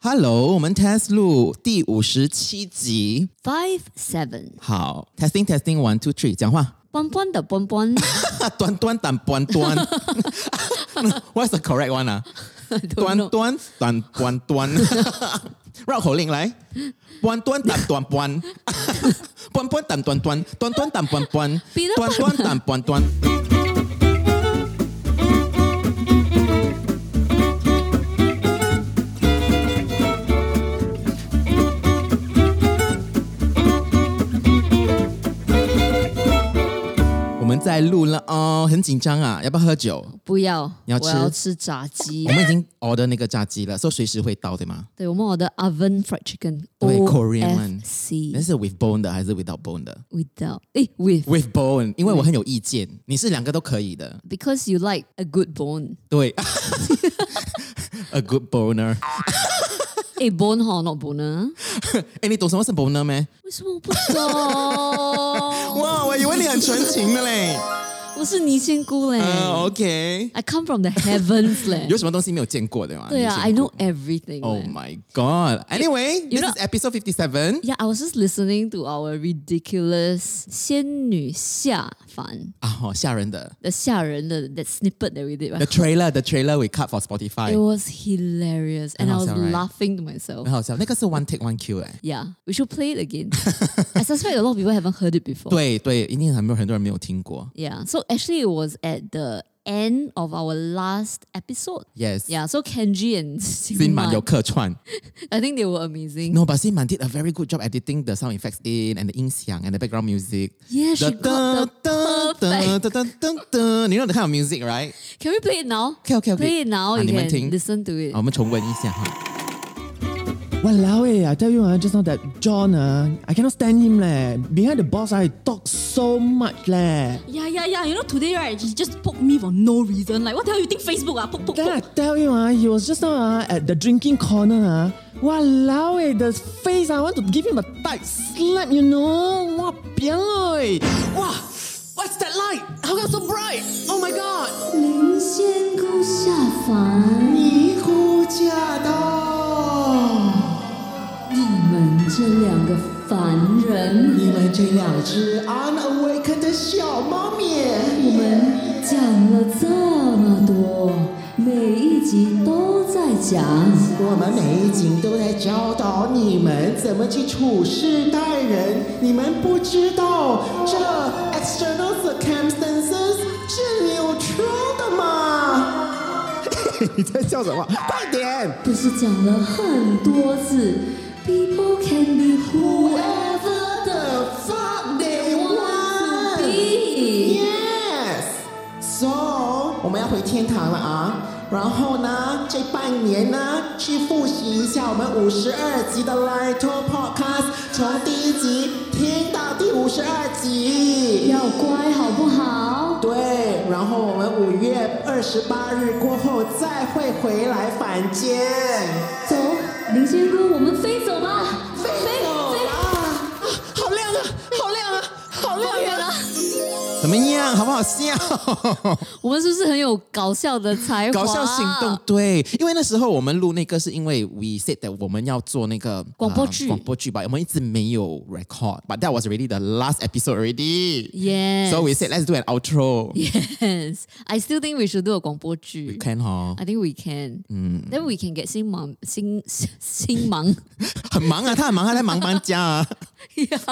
Hello，我们 test 录第五十七集。 Five seven，好，testing testing one two three，讲话。蹦蹦的蹦 蹦，啊，端端短端端 ，What's the correct one 啊？端端短端端， 绕口令来，端端短短端， 端端短短端，端端短短端，别的端端短短端。我们在录了哦，很紧张啊，要不要喝酒？不要，你要我吃要吃炸鸡我。们已经 order 那个炸鸡了，所以随时会到，对吗？对，我们我的 oven fried chicken，对，Korean one OFC 那是 with bone 的还是 without bone 的 without，诶 with ？with bone，因为我很有意见，你是两个都可以的。 because you like a good bone，对 ，a good boner。诶 Eh, bone 好 not bone 啊？哎，你懂什么是 boner 吗？为什么我 不懂？哇，我以为你很纯情的嘞。我是尼仙姑 嘞嗯、o k ，I come from the heavens 嘞有。什么东西没有见过的吗？对啊你，I 见过 know everything 嘞。 Oh my god. Anyway, You this know- is episode fifty seven. Yeah, I was just listening to our ridiculous 仙女下凡啊，好吓人 的。的吓人的 that snippet that we did right The trailer, the trailer we cut for It Spotify， was hilarious, and I 很好 was 笑 right？ laughing to myself. 很好笑。那个是 one take one cue 哎、 Yeah, we should play it again. I suspect a lot of people haven't heard it before. 对对，一定很多很多人没有听过。 Yeah, so actually, it was at the end of our last episode. Yes， Yeah, so Kenji and 新满有 Sinman, 客串。 I think they were amazing. No, but Simon did a very good job editing the sound effects in and the 音响 and the background music. Yeah, she The dun, got dun, the perfect. dun, dun, dun, dun. You know the kind of music, right? Can we play it now? Okay, okay, okay. Play Um. it now. Ah, You 你们 can 听。 listen to it. 啊我们重温一下哈。 Walao eh, I tell you ah, just now that John ah, I cannot stand him leh. Behind the boss I talk so much leh. Yeah, yeah, yeah. You know, today, right, he just poked me for no reason. Like, what the hell you think Facebook? Ah, poke, poke, Then I poke. tell you ah, he was just now ah, at the drinking corner ah. Walao eh, the face I want to give him a tight slap, you know. Wah piang oi. Wah, what's that light? How come so bright? Oh my god. 灵仙姑下凡，尼姑驾到，你们这两个凡人，你们这两只 unawakened 的小猫咪。我们讲了这么多，每一集都在讲，我们每一集都在教导你们怎么去处事待人，你们不知道这 external circumstances 是有 true 的吗？你在笑什么？快点！可是讲了很多次，People can be whoever the fuck they want to be。 Yes. So，我们要回天堂了啊！然后呢，这半年呢，去复习一下我们五十二集的 Light Podcast，从第一集听到第五十二集。要乖好不好？对，然后我们五月二十八日过后再会回来反间。走，灵仙姑，我们飞走吧，飞啊啊！好亮啊！好亮啊！好亮啊！怎么样？好不好笑？我们是不是很有搞笑的才华？搞笑行动。对，因为那时候我们录那个，是因为 we said that 我们要做那个广播剧呃广播剧吧，我们一直没有 record，but that was already the last episode already。 Yes. So we said let's do an outro. Yes, I still think we should do a 广播剧。 Can 嗯哈， I think we can. Then we can get 新忙新新 忙 很忙啊，他很忙，他在忙搬家 啊。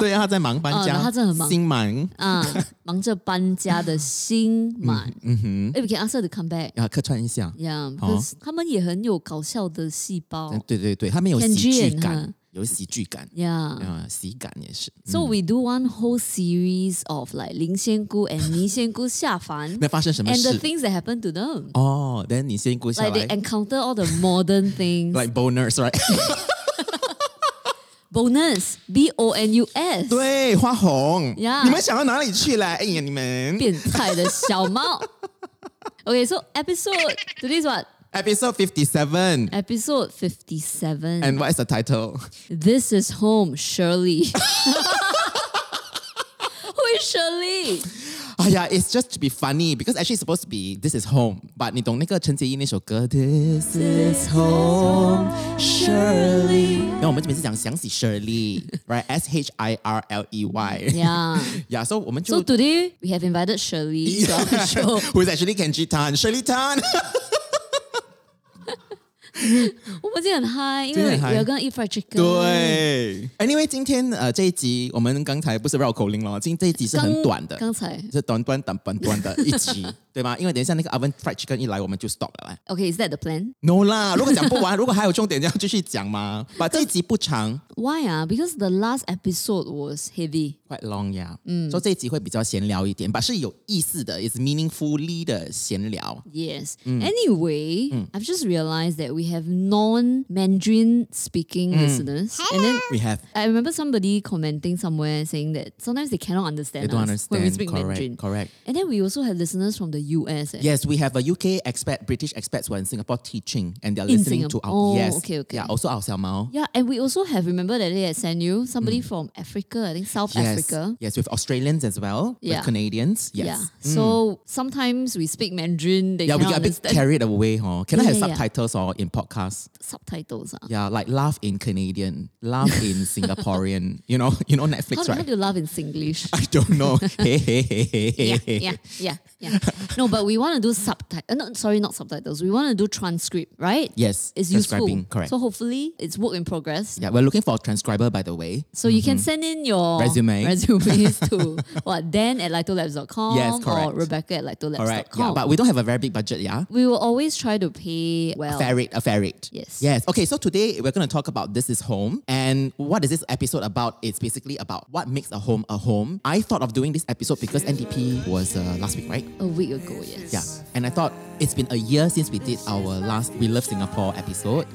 对啊，他在忙搬家，哦他真的很忙心忙啊，忙着搬家的新满。嗯哼，We can ask her to come back. 啊，客串一下。 Yeah, 好 because 他们也很有搞笑的细胞嗯，。对对对，他们有 Can 喜剧 Jian 感哈，有喜剧感， Yeah. 啊，喜感也是。 So we do one whole series of like 林仙姑 and 倪仙姑下凡那发生什么 and the 事？ things that happen to Oh, them. 哦，等你先过下 Like 来 they encounter all the modern things. ，like boners，right？ Bonus, B O N U S. 对，花红 Yeah 你们想到哪里去了？哎呀，你们变态的 小猫。okay, so episode today's what? episode fifty seven。 Episode fifty seven. And what is the title? this is home, Shirley. Who is Shirley? Oh yeah, it's just to be funny because actually it's supposed to be this is home. But 你懂那个陈洁仪那首歌 This is home, Shirley. 然后我们这边是讲想起 Shirley, right? S H I R L E Y. Yeah. Yeah, so 我们就 So today we have invited Shirley to our show. Who's actually Kenji Tan? Shirley Tan. 我们今天很 high，因今天很 high。为 we're gonna eat fried chicken。，对，Anyway，今天呃这一集我们刚才不是绕口令了，今这一集是很短的，刚才是短短短短短的一集，对吧？因为等一下那个 oven fried chicken 一来，我们就 stop 了。来 OK，is that the plan？ No 啦，如果讲不 完，如果还有重点，要继续讲嘛。把这一集不长 Why 啊？Because the last episode was heavy。 ，quite long 呀，嗯，所以这一集会比较闲聊一点，把是有意思的，is meaningfully 的闲聊。 Yes. Mm. Anyway, I've just realized that we have non-Mandarin speaking Mm. listeners, and then We have I remember somebody commenting somewhere saying that sometimes they cannot they understand don't us when we understand speak Mandarin. correct correct. And then we also have listeners from the US. eh? Yes, we have a UK expat, British expats who are in Singapore teaching and they're In listening to our Singapore. Oh, yes. okay, okay. Yeah, also our Xiao Mao. Yeah, and we also have remember that day I sent you somebody from Africa, I think South Mm. Yes. Africa. Yes, with Australians as well. Yeah. With Canadians. Yes. Mm. Yeah. So sometimes we speak Mandarin, they Yeah, we cannot get a bit understand carried away, huh? Can I Yeah, have yeah, yeah. subtitles or in podcasts? subtitles. ah. Yeah, like laugh in Canadian, laugh in Singaporean. You know, you know How, Netflix, do- how right? do you laugh in Singlish? I don't know. hey, hey, hey, hey, hey, yeah, hey. yeah, yeah, yeah. No, but we want to do subtitles. Uh, no, sorry, not subtitles. We want to do transcript, right? Yes, It's useful. transcribing, correct. So hopefully it's work in progress. Yeah, we're looking for a transcriber, by the way. So you can send in your Mm-hmm. Resume. resumes to what Dan at litolabs.com Yes, or correct. Rebecca at litolabs.com. All right. Oh. Yeah, but we don't have a very big budget, yeah? we will always try to pay well. fair rate, a fair rate. Yes. Yes. Okay, so today we're going to talk about This Is Home. And what is this episode about? It's basically about what makes a home a home. I thought of doing this episode because NDP was uh, last week, right? A week ago, yes. Yeah. And I thought it's been a year since we did our last We Love Singapore episode.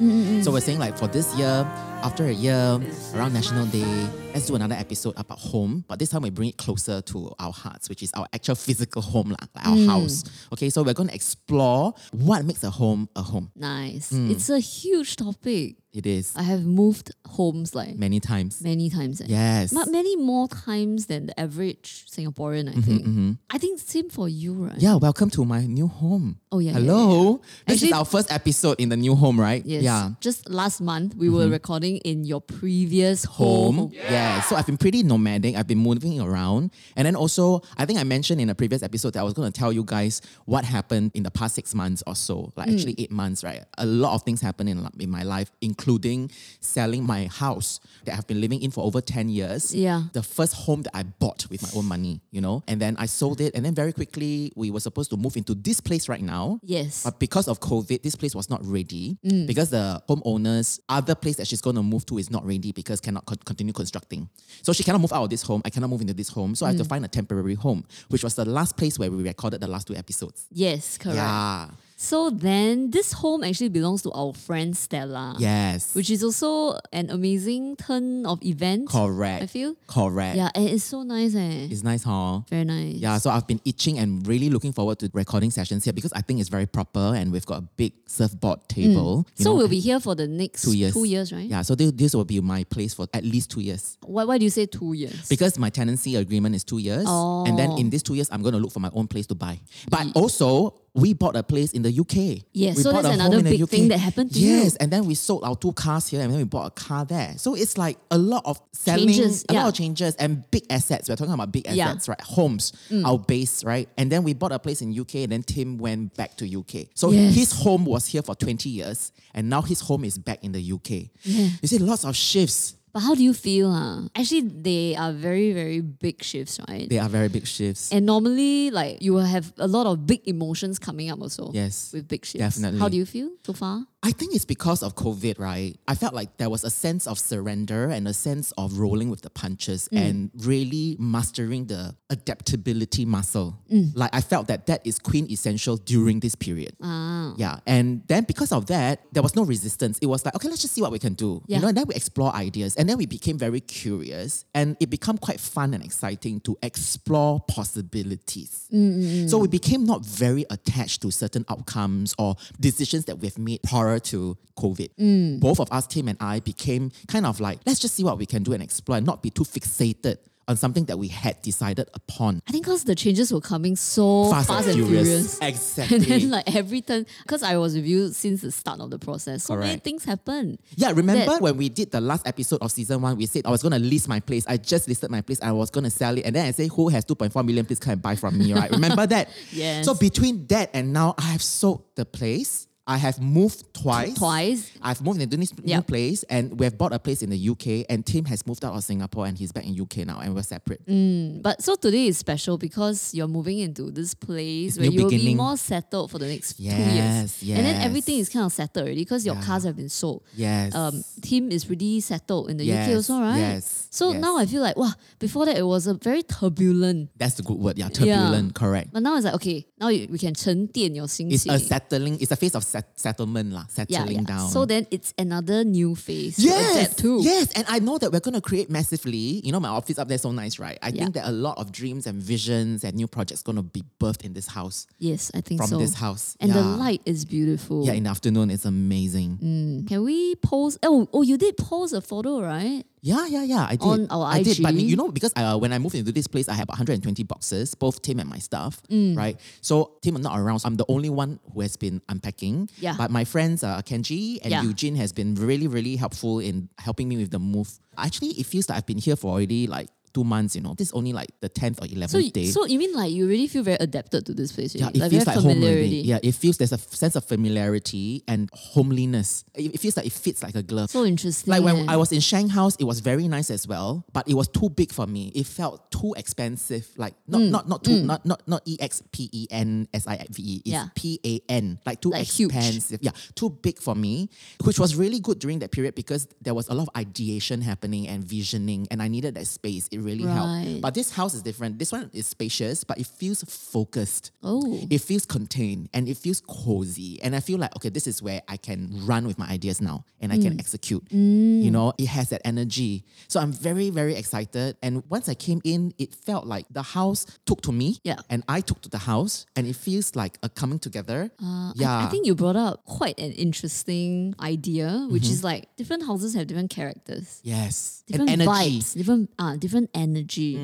So we're saying, like, for this year, after a year, around National Day, let's do another episode about home. But this time we bring it closer to our hearts, which is our actual physical home, lah, like Mm. our house. Okay, so we're going to explore what makes a home a home. Nice. Mm. It's a huge topic. It is I have moved homes like many times. many times. eh. Yes. Ma- many more times than the average Singaporean, I Mm-hmm, think. I think same for you, right? Yeah, welcome to my new home. Oh, yeah, yeah, Hello. This Actually- is our first episode in the new home, right? Yes. Yeah. Mm-hmm. Just last month, we were recording in your previous home. Home. Yeah. So I've been pretty nomadic. I've been moving around. And then also, I think I mentioned in a previous episode that I was going to tell you guys what happened in the past six months or so, like Mm. actually eight months, right? A lot of things happened in, in my life, including selling my house that I've been living in for over 10 years. Yeah. The first home that I bought with my own money, you know? And then I sold it. And then very quickly, we were supposed to move into this place right now. Yes. Mm. But because of COVID, this place was not ready because the homeowner's other place that she's going to move to is not ready because cannot con- continue constructing. So she cannot move out of this home. I cannot move into this home. So I Mm. have to find a temporary home, which was the last place where we recorded the last two episodes. Yes, correct. Uh-huh. Yeah. So then, this home actually belongs to our friend Stella. Yes. Which is also an amazing turn of events. Correct. I feel. Correct. Yeah, and it's so nice, eh? It's nice, huh? Very nice. Yeah, so I've been itching and really looking forward to recording sessions here because I think it's very proper and we've got a big surfboard table. you Mm. So know, we'll be here for the next two years. right? Yeah, so this, this will be my place for at least two years. Why, why do you say two years? because my tenancy agreement is two years, and then Oh. in these two years, I'm going to look for my own place to buy. But also, we bought a place in the UK. Yes, we so bought a that's home another in the big UK. thing that happened to you. Yes, and then we sold our two cars here, and then we bought a car there. So it's like a lot of selling, Changes, a lot yeah. of changes, and big assets. We're talking about big Yeah. Mm. assets, right? Homes, our base, right? And then we bought a place in UK, and then Tim went back to UK. So Yes. his home was here for 20 years, and now his home is back in the UK. You see, lots of shifts. But how do you feel? ah? Actually, they are very, very big shifts, right? They are very big shifts. and normally, like, you will have a lot of big emotions coming up also. Yes, With big shifts. definitely. How do you feel so far? I think it's because of COVID, right? I felt like there was a sense of surrender and a sense of rolling with the punches and really mastering the adaptability muscle. Like I felt that that is queen essential during this period. Yeah. And then because of that, there was no resistance. It was like, okay, let's just see what we can do. Yeah. You know, and then we explore ideas. And then we became very curious and it became quite fun and exciting to explore possibilities. Mm, So we became not very attached to certain outcomes or decisions that we've made prior to COVID. Mm. Both of us, Tim and I, became kind of like, let's just see what we can do and explore and not be too fixated on something that we had decided upon. I think because the changes were coming so fast, and, furious. Exactly. And then like every turn, because I was with you since the start of the process, so many Correct. things happened. yeah, remember that- when we did the last episode of season one, we said I was going to list my place. I just listed my place. I was going to sell it. And then I say, who has 2.4 million, please come and buy from me, right? Remember that? Yes. So between that and now, I have sold the place. I have moved twice. Twice. I've moved into this new Yep. place and we have bought a place in the UK and Tim has moved out of Singapore and he's back in UK now and we're separate. Mm. But so today is special because you're moving into this place It's where new you'll be beginning. more settled for the next two Yes, years. And then yes. everything is kind of settled already because your cars have been sold. Yes. Um, Tim is pretty settled in the UK Yes, also, right? yes, So yes. now I feel like, wow, before that it was a very turbulent. That's the good word. Yeah, turbulent, correct. But now it's like, okay, now you, we can 沉淀 your It's a 心情. settling, it's a phase of set- settlement, lah, yeah, settling yeah. down. So then it's another new phase to Yes, adapt to. yes, and I know that we're going to create massively. You know, my office up there is so nice, right? I think that a lot of dreams and visions and new projects going to be birthed in this house, Yes, I think from so. this house. And the Yeah. light is beautiful. Yeah, in the afternoon, it's amazing. Can we post? Oh, oh, you did post a photo, right? Yeah, yeah, yeah. I did. On our I did, but IG. you know, because uh, when I moved into this place, I had 120 boxes, both Tim and my stuff, Mm. right? So Tim are not around. So I'm the only one who has been unpacking. Yeah. But my friends uh, Kenji and Yeah. Eugene has been really, really helpful in helping me with the move. Actually, it feels like I've been here for already like two months. You know, this is only like the 10th or 11th So, y- day. so you mean like you really feel very adapted to this place? yeah, already? it feels very like home familiar already. already. Yeah, it feels there's a f- sense of familiarity and homeliness. It, it feels like it fits like a glove. So interesting. Like when eh? I was in Shanghai, it was very nice as well, but it was too big for me. It felt too expensive. Like not Mm, not not too not not not E X P E N S I V E. It's Yeah. P A N. Like too Like huge. expensive. Yeah, too big for me, which was really good during that period because there was a lot of ideation happening and visioning, and I needed that space. It really Right. helped. But Uh, this house is different. This one is spacious, but it feels focused. Oh. It feels contained and it feels cozy. And I feel like, okay, this is where I can run with my ideas now and I Mm. can execute. You know, it has that energy. So I'm very, very excited. And once I came in, it felt like the house took to me Yeah. and I took to the house and it feels like a coming together. Uh, I- yeah. I, think you brought up quite an interesting idea, which Mm-hmm. is like different houses have different characters. Yes. Different and energy. Mm. vibes, different uh, different energy.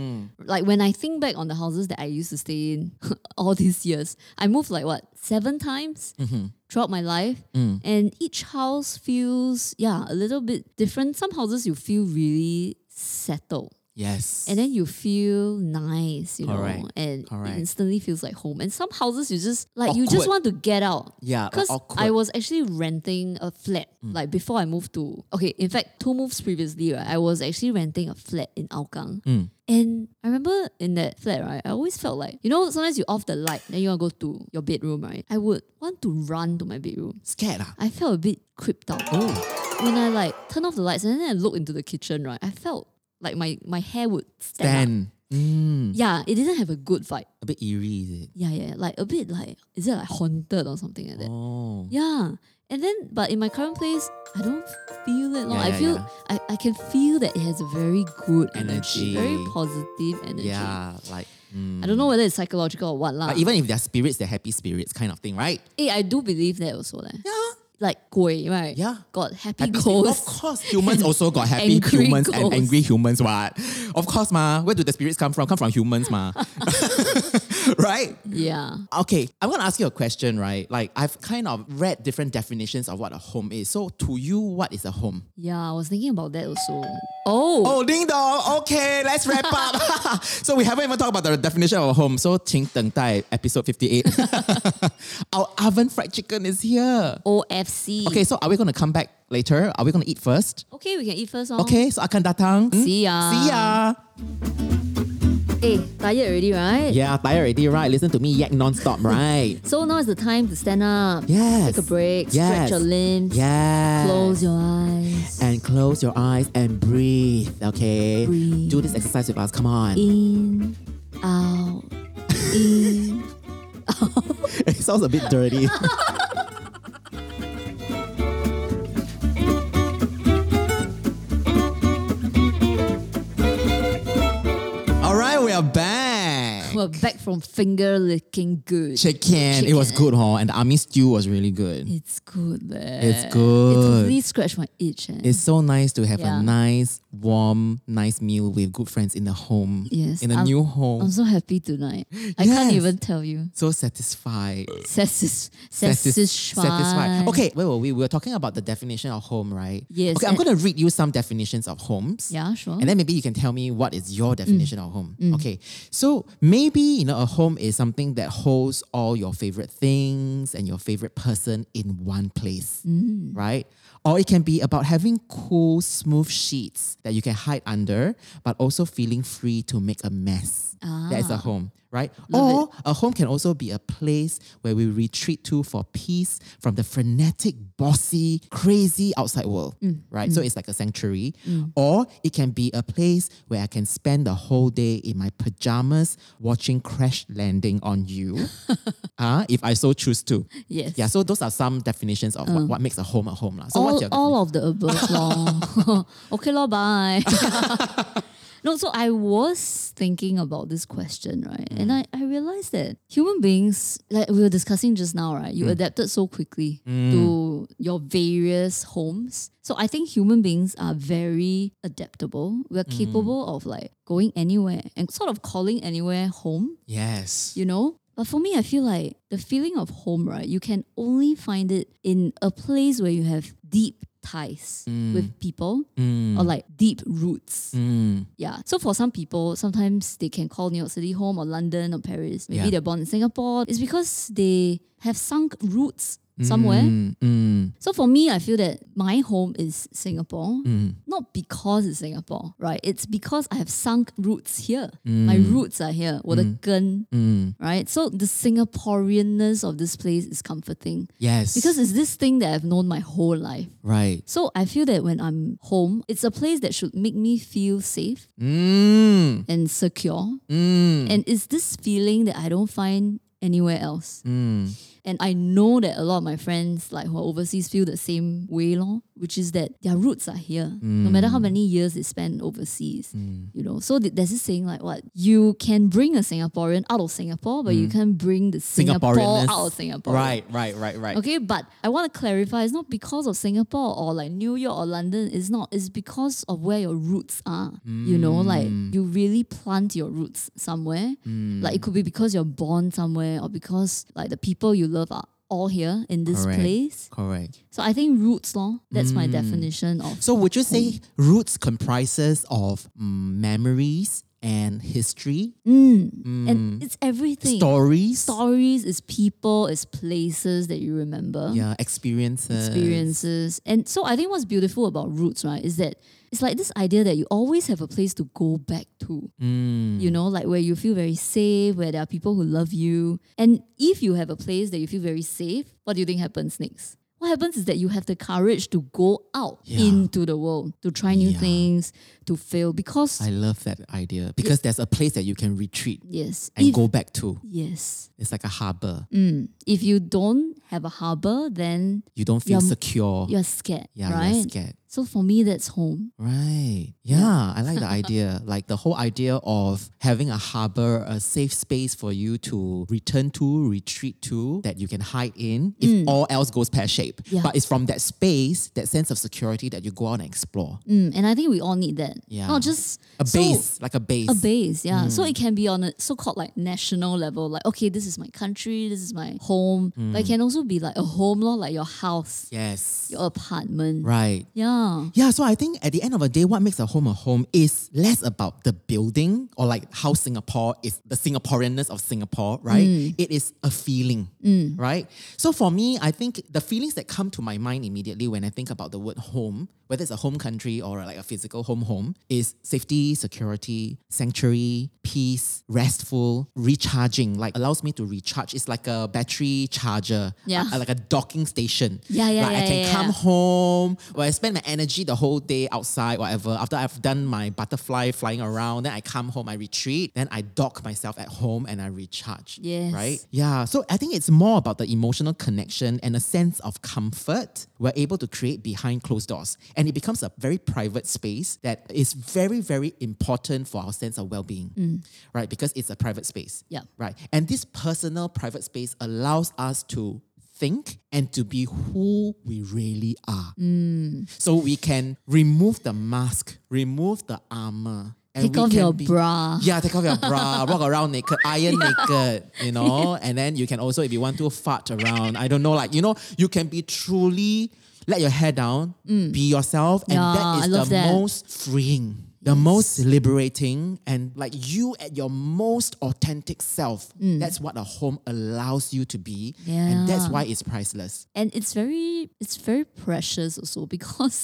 Like when I think back on the houses that I used to stay in all these years, I moved like what seven times Mm-hmm. throughout my life, Mm. and each house feels yeah a little bit different. Some houses you feel really settled, Yes. and then you feel nice, you know, Correct, and correct. it instantly feels like home. And some houses you just like you Awkward. just want to get out. Yeah, or because awkward. Mm. I was actually renting a flat like before I moved to. Okay, in fact, two moves previously, right? I was actually renting a flat in Aokang. Mm. And I remember in that flat, right? I always felt like you know sometimes you off the light, then you want to go to your bedroom, right? I would want to run to my bedroom. Scared. Ah. I felt a bit creeped out. Oh. When I like turn off the lights and then I look into the kitchen, right? I felt like my, my hair would stand. up. Then mm, Yeah, it didn't have a good vibe. a bit eerie, is it? Yeah, yeah. Like a bit like is it like haunted or something like that? Oh. Yeah. And then but in my current place, I don't feel it. long. Yeah, I yeah, feel yeah. I, I can feel that it has a very good Energy. energy. Very positive energy. Yeah. Like mm. I don't know whether it's psychological or what lah. But Uh, even if they're spirits, they're happy spirits kind of thing, right? eh, I do believe that also leh. Yeah. Like gui, right? Yeah. Got happy, Happy spirit. ghosts. Of course, humans also got happy angry humans and ghosts. angry humans. What? Of course, ma. Where do the spirits come from? Come from humans, ma. right? Yeah. Okay, I'm gonna ask you a question, right? Like I've kind of read different definitions of what a home is. So to you, what is a home? Yeah, I was thinking about that also. Oh, Oh, ding dong. Okay, let's wrap up. so we haven't even talked about the definition of a home. So Ching Teng Tai, episode 58. Our oven fried chicken is here. OFC. Okay, so are we gonna come back later? Are we gonna eat first? Okay, we can eat first. Oh. Okay, so akan datang. Hmm? See ya. See ya. Hey, tired already, right? Yeah, tired already, right? Listen to me yak non-stop, right? So now is the time to stand up. Yes. Take a break. Yes. Stretch your limbs. Yeah. Close your eyes. and close your eyes and breathe. Okay. Breathe. Do this exercise with us. Come on. In, out, in. it sounds a bit dirty. All right, we are back. back. We're back from finger licking good. Chicken. It was Chicken. good, huh? And the army stew was really good. It's good, man. It's It good. totally scratched my itch. Eh? It's so nice to have Yeah. a nice, warm, nice meal with good friends in the home. Yes, um, In a I'm- new home. I'm so happy tonight. I can't Yes. even tell you. so satisfied. Satis- Satis- satisfied. satisfied. Okay, wait, wait, we were talking about the definition of home, right? Yes, Okay, I'm and- going to read you some definitions of homes. Yeah, Mm. sure. And then maybe you can tell me what is your definition of home. Okay. So maybe, you know, a home is something that holds all your favorite things and your favorite person in one place, right? Or it can be about having cool, smooth sheets that you can hide under, but also feeling free to make a mess. That is a home, right? or a home can also be a place where we retreat to for peace from the frenetic, bossy, crazy outside world, right? So it's like a sanctuary. Or it can be a place where I can spend the whole day in my pajamas watching Crash Landing on You, uh, if I so choose to. Yes. Uh. Yeah, so those are some definitions of what, what makes a home a home. lah. So what's all, your definition? all of the above lor. okay lor, bye. no, so I was thinking about this question, right? Hmm. And I, I realized that human beings, like we were discussing just now, right? Hmm. You adapted so quickly to your various homes. So I think human beings are very adaptable. We're Hmm. capable of like going anywhere and sort of calling anywhere home Yes. you know? But for me, I feel like the feeling of home, right? You can only find it in a place where you have deep ties with people or like deep roots. Mm. Yeah. So for some people, sometimes they can call New York City home or London or Paris. Maybe Yeah. they're born in Singapore. It's because they have sunk roots somewhere. Mm, mm, So for me, I feel that my home is Singapore, Mm. not because it's Singapore, right? It's because I have sunk roots here. My roots are here. 我的根 mm. right? So the Singaporeanness of this place is comforting Yes. because it's this thing that I've known my whole life. right. So I feel that when I'm home, it's a place that should make me feel safe Mm, and secure. mm, And it's this feeling that I don't find anywhere else. mm. And I know that a lot of my friends like who are overseas feel the same way lor, which is that their roots are here. No matter Mm. how many years they spend overseas. You know. So th- there's this saying like what you can bring a Singaporean out of Singapore, but you can't bring the Singapore Mm. Singaporeanness. out of Singapore. Right, right, right, right. Okay, but I want to clarify it's not because of Singapore or like New York or London. It's not. It's because of where your roots are. You know, Mm. like you really plant your roots somewhere. Mm. Like it could be because you're born somewhere or because like the people you love are all here in this Correct. place. Correct. So I think roots law, that's my definition of So would you say roots comprises of mm, memories and history, and it's everything. stories, Stories is people, is places that you remember. yeah, experiences, experiences. And so I think what's beautiful about roots, right, is that it's like this idea that you always have a place to go back to. Mm. You know, like where you feel very safe, where there are people who love you. And if you have a place that you feel very safe, what do you think happens next? What happens is that you have the courage to go out Yeah. into the world, to try new Yeah. things, to fail. Because, I love that idea because there's a place that you can retreat yes, and if, Mm. go back to. yes, It's like a harbor. if you don't have a harbor, then You don't feel You're- secure. you're scared, yeah, you're right? scared. So for me, that's home. Right. Yeah, I like the idea. Like the whole idea of having a harbor, a safe space for you to return to, retreat to, that you can hide in if all else goes pear shaped. Mm. Yeah. But it's from that space, that sense of security that you go out and explore. Mm, and I think we all need that. Yeah. Mm. Not just A so- base, like a base. a base, yeah. So it can be on a so called like national level, like, okay, this is my country, this is my home. Mm. But it can also be like a home, lor, like your house, Yes. your apartment. Right. Yeah. Yeah, so I think at the end of the day, what makes a home a home is less about the building or like how Singapore is the Singaporeanness of Singapore, right? Mm. It is a feeling, right? So for me, I think the feelings that come to my mind immediately when I think about the word home, whether it's a home country or like a physical home home, is safety, security, sanctuary, peace, restful, recharging, like allows me to recharge. It's like a battery charger, Yeah. uh, like a docking station. Yeah, yeah, Like I yeah, can yeah, come yeah. home, where I spend my energy the whole day outside, whatever. After I've done my butterfly flying around, then I come home, I retreat, then I dock myself at home and I recharge. Yes. Right? Yeah. So I think it's more about the emotional connection and a sense of comfort we're able to create behind closed doors. And it becomes a very private space that is very, very important for our sense of well being. Right? Because it's a private space. Mm. Yeah. Right. And this personal private space allows us to think and to be who we really are. Mm. So we can remove the mask, remove the armor. And Take we off can your be- bra. Yeah, take off your bra, walk around naked, iron naked, you know, and then you can also, if you want to, fart around. I don't know, like, you know, you can be truly let your hair down, be yourself, and Mm. Yeah, that is I love the that. most freeing. The most liberating and like you at your most authentic self. That's what a home allows you to be. And that's Mm. Yeah. why it's priceless. and it's very it's very precious also because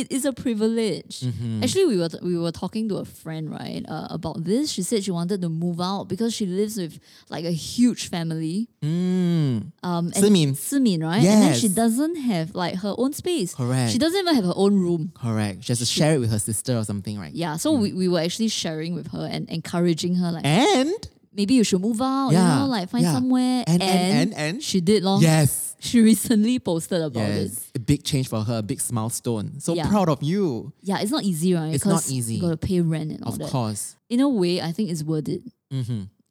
it is a privilege. Mm-hmm. Actually, we were we were talking to a friend right uh, about this. She said she wanted to move out because she lives with like a huge family. Um, and Simin. Simin, right? And then she Yes. doesn't have like her own space. Correct. She doesn't even have her own room. Correct. She has to share it with her sister or something, right? Yeah. So we, we were actually sharing with her and encouraging her like Mm. And maybe you should move out. Yeah, You know, like find yeah. somewhere. And- and- and- and- she did long. yes. She recently posted about it. Yes. A big change for her, a big milestone. So Yeah. proud of you. Yeah, it's not easy, right? It's not 'Cause easy. You gotta pay rent and all Of that. course. Mm-hmm. In a way, I think it's worth it.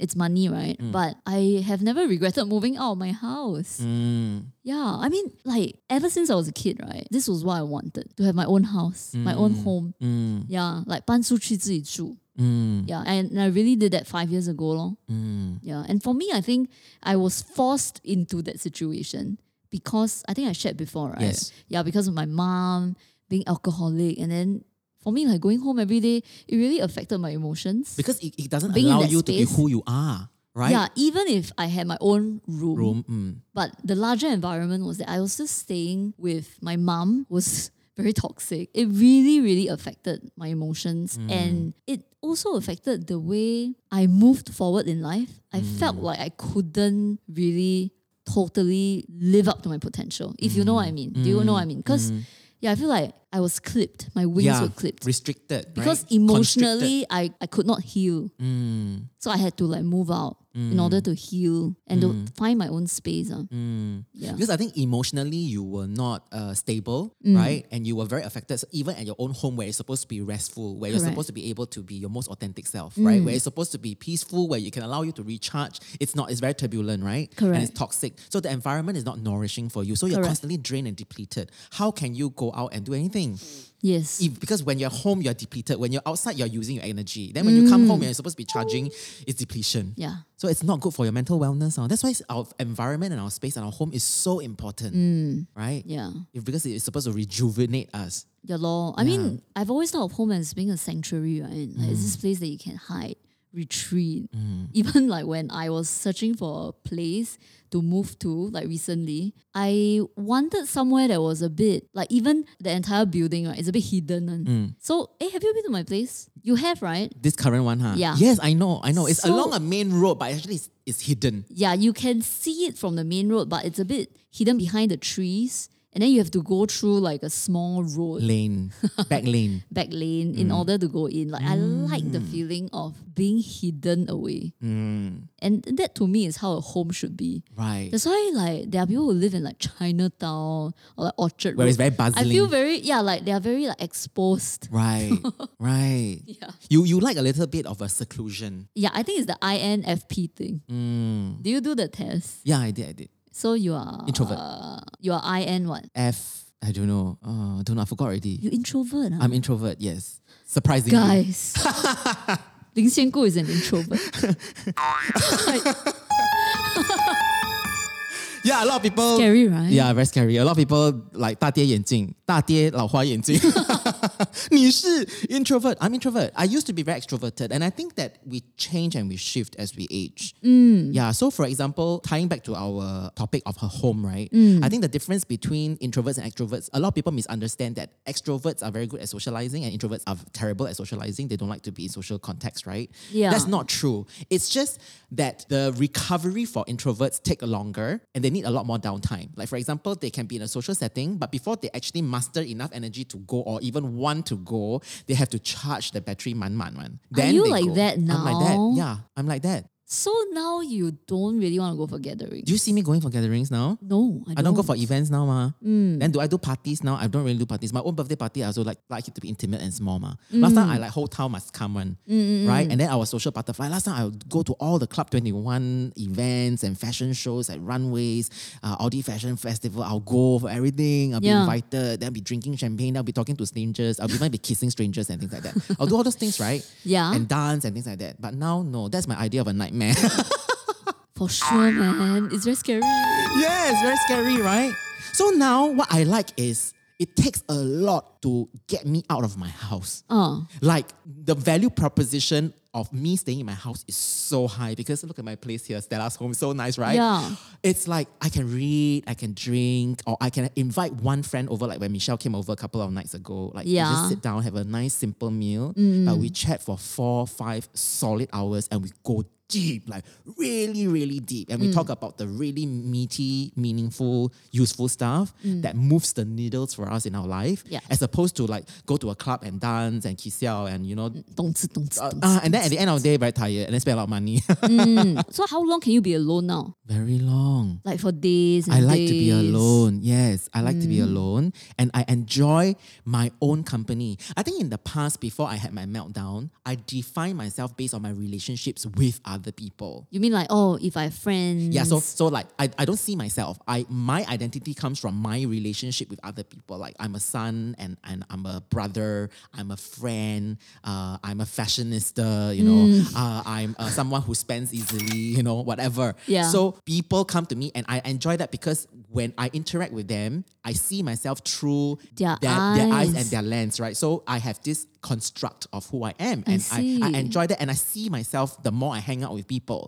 It's money, right? Mm. But I have never regretted moving out of my house. Mm, Yeah, I mean, like ever since I was a kid, right? This was what I wanted to have my own house, my own Mm. home. Yeah, like 搬出去自己住. Yeah, and I really did that five years ago, lor. Yeah, and for me, I think I was forced into that situation because I think I shared before, right? Yes. Yeah, because of my mom being alcoholic, and then for me, like going home every day, it really affected my emotions. Because it, it doesn't Being in allow that you to be space. who you are, right? Yeah, even if I had my own room, Room, mm. but the larger environment was that I was just staying with my mom was very toxic. It really, really affected my emotions Mm. and it also affected the way I moved forward in life. I Mm. felt like I couldn't really totally live up to my potential, if you know Mm. what I mean. Do you know what I mean? Because yeah, I feel like I was clipped. My wings yeah. were clipped Restricted. right? Mm. because emotionally I, I could not heal so i had to like move out in order to heal and to find my own space ah. yeah Mm. Mm. Because I think emotionally you were not uh, stable, right? And you were very affected. So even at your own home where you're supposed to be restful, where you're Correct. Mm. supposed to be able to be your most authentic self, right? Where you're supposed to be peaceful, where you can allow you to recharge. It's not, it's very turbulent, right? And Correct. it's toxic. So the environment is not nourishing for you. So you're Correct. constantly drained and depleted. How can you go out and do anything? yes If, because when you're home, you're depleted. When you're outside, you're using your energy. Then when you come home, when you're supposed to be charging, it's depletion. Yeah. So it's not good for your mental wellness. ah. That's why it's- our environment and our space and our home is so important, right? Mm. yeah If- because it's supposed to rejuvenate us. yeah lor. i mean i've always thought of home as being a sanctuary right like it's Mm. this place that you can hide retreat even like when i was searching for a place to move to like recently i wanted somewhere that was a bit like even the entire building right is a bit hidden one. Mm. so eh, have you been to my place you have right This current one, huh? Yeah. Yes, I know, I know. It's So- along a main road, but actually it's, it's hidden. yeah, you can see it from the main road, but it's a bit hidden behind the trees. And then you have to go through like a small road, Lane, back lane. back lane, Mm. in order to go in. Like, I like the feeling of being hidden away. Mm. And that to me is how a home should be. Right. That's why, like, there are people who live in like Chinatown or like Orchard Where Road. it's very I bustling. feel very, yeah, like they are very like exposed. right. Right. Yeah. You you like a little bit of a seclusion. Yeah, I think it's the INFP thing. Mm. Do you do the test? Yeah, I did, I did. So you are Introvert. you are IN what? F, I don't know. Uh, I don't know, I forgot already. You introvert. ah? I'm introvert, yes. Surprisingly. Guys, Lin Xian Gu is an introvert. Yeah, a lot of people. Scary, right? Yeah, very scary. A lot of people like 大跌眼镜,大跌老花眼镜. 你是 introvert. I'm introvert. I used to be very extroverted, and I think that we change and we shift as we age. Mm. Yeah. So, for example, tying back to our topic of her home, right? Mm. I think the difference between introverts and extroverts, a lot of people misunderstand that extroverts are very good at socializing and introverts are terrible at socializing. They don't like to be in social context, right? Yeah. That's not true. It's just that the recovery for introverts take longer and they need a lot more downtime. Like for example, they can be in a social setting, but before they actually muster enough energy to go or even want to go, they have to charge the battery man man man. Then you they like go. that I'm like that. now? Yeah, I'm like that. So now you don't really want to go for gatherings. Do you see me going for gatherings now? no, Mm. I don't. I don't go for events now, ma. Then do I do parties now? I don't really do parties. My own birthday party, I also like like it to be intimate and small, ma. Mm. Last time I like whole town must come one, right? And then I was social butterfly. Last time I would go to all the Club Twenty One events and fashion shows like runways, uh, Audi Fashion Festival. I'll go for everything. I'll Yeah. be invited. Then I'll be drinking champagne. Then I'll be talking to strangers. I'll even be kissing strangers and things like that. I'll do all those things, right? Yeah. And dance and things like that. But now, no, that's my idea of a nightmare. For sure, man. It's very scary. Yes, very scary, right? So now what I like is it takes a lot to get me out of my house. Uh, Like the value proposition of me staying in my house is so high because look at my place here, Stella's home, so nice, right? Yeah. It's like I can read, I can drink, or I can invite one friend over, like when Michelle came over a couple of nights ago. Like we Yeah. just sit down, have a nice simple meal, but we chat for four, five solid hours and we go deep, like really, really deep. And we talk about the really meaty, meaningful, useful stuff that moves the needles for us in our life. Yeah. As opposed to like go to a club and dance and kiss out and you know don't sit, don't sit, uh, don't ah, sit. and then at the end of the day very tired and then spend a lot of money. uh, So how long can you be alone now? very long. Like for days and I like to be days? alone. Yes, I like to be alone and I enjoy my own company. I think in the past, before I had my meltdown, I defined myself based on my relationships with other people. You mean like, oh, if I have friends. Yeah, so so like I, I don't see myself. I my identity comes from my relationship with other people. Like I'm a son and, and I'm a brother, I'm a friend, uh, I'm a fashionista, you know, Mm. uh, I'm uh, someone who spends easily, you know, whatever. Yeah. So people come to me and I enjoy that because when I interact with them, I see myself through Their their eyes eyes. and their lens, right? So I have this construct of who I am I and I, I, see. enjoy that and I see myself the more I hang out with people.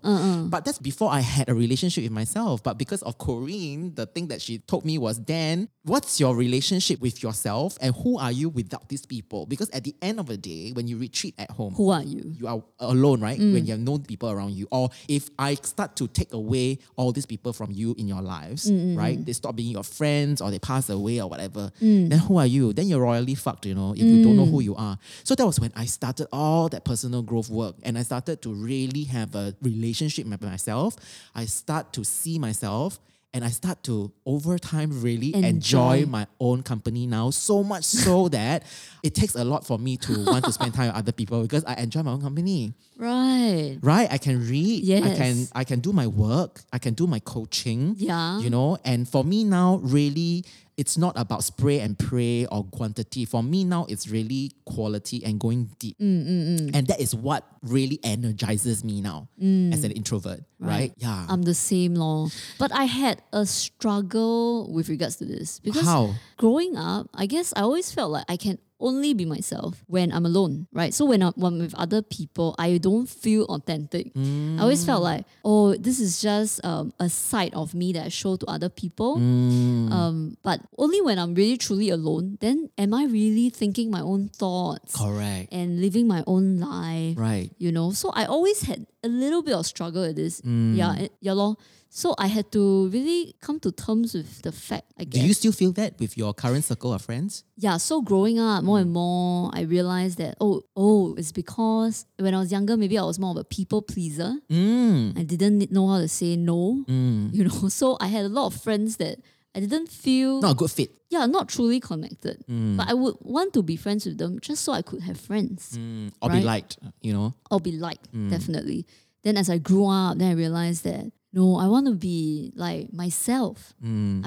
But that's before I had a relationship with myself. But because of Corinne, the thing that she told me was Dan, what's your relationship with yourself and who are you without these people? Because at the end of the day, when you retreat at home, Who are you? you are alone, right? When you have no people around you. Or if I start to take away all these people from you in your lives, right? They stop being your friends or they pass away or whatever. Then who are you? Then you're royally fucked, you know, if you don't know who you are. So that was when I started all that personal growth work and I started to really have a relationship with myself. I start to see myself. And I start to, over time, really enjoy. Enjoy. my own company now. So much so that it takes a lot for me to want to spend time with other people because I enjoy my own company Right. right i can read i Yes. can i can do my work i can do my coaching Yeah. you know and for me now really it's not about spray and pray or quantity for me now it's really quality and going deep Mm, and that is what really energizes me now Mm. as an introvert right, yeah I'm the same law. But I had a struggle with regards to this. Because How? growing up, I guess I always felt like I can only be myself when I'm alone, right? So when I'm, when I'm with other people, I don't feel authentic. I always felt like, oh, this is just um, a side of me that I show to other people. Um, but only when I'm really truly alone, then am I really thinking my own thoughts correct and living my own life? right you know. So I always had a little bit of struggle with this. Mm. Yeah, it, yeah, lor. So I had to really come to terms with the fact. I do guess. you still feel that with your current circle of friends yeah. So growing up, more and more, I realized that oh, oh, it's because when I was younger, maybe I was more of a people pleaser. Mm. I didn't know how to say no. You know, so I had a lot of friends that. I didn't feel not Mm. a good fit yeah, not truly connected. But I would want to be friends with them just so I could have friends or be Right. liked you know or be liked, definitely. Then as I grew up, then I realized that no, I want to Mm. be like myself.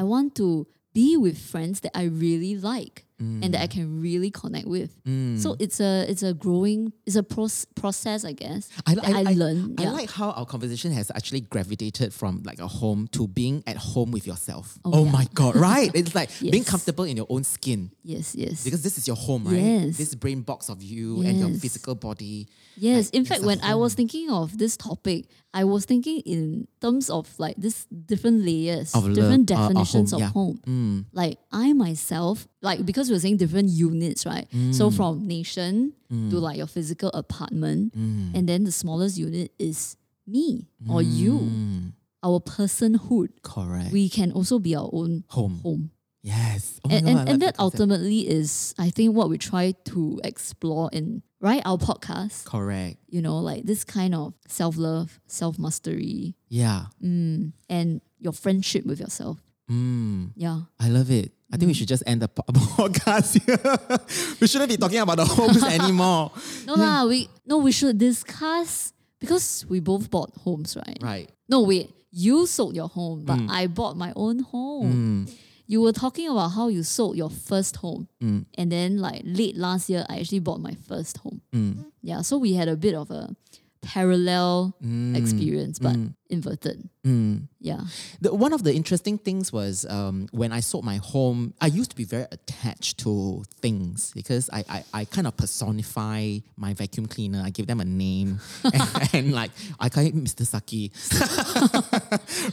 I want to be with friends that I really like. and that I can really connect with. So it's a it's a growing it's a proce- process, I guess. that I, learn. I yeah. like how our conversation has actually gravitated from like a home to being at home with yourself. Oh, yeah. my god, right? It's like being Yes. comfortable in your own skin yes, yes. because this is your home, right? Yes. This brain box of you and your Yes. physical body. Yes, like, in as fact, a when I was thinking of this topic, I was thinking in terms of like this different layers, Of different love, uh, of definitions home, of yeah. Mm. home. Like I myself, like because we were saying different units, right? Mm. So from nation to like your physical apartment, Mm. and then the smallest unit is me or you, our personhood. Correct. We can also be our own Home. home. yes. Oh my And, God, I and, like and that concept. ultimately is, I think, what we try to explore in right our podcast Correct. you know, like this kind of self love, self mastery, Yeah. and your friendship with yourself. Yeah. Mm. I love it. I Mm. think we should just end the po- podcast here. we shouldn't be talking about the homes anymore. No lah, we no, we should discuss because we both bought homes, right? Right. No, wait. You sold your home, but I bought my own home. You were talking about how you sold your first home. And then like late last year I actually bought my first home. Yeah. So we had a bit of a parallel experience, but inverted. Yeah. The, one of the interesting things was um, when I sold my home, I used to be very attached to things because I, I, I kind of personify my vacuum cleaner. I give them a name and, and, like I call it Mr. Saki.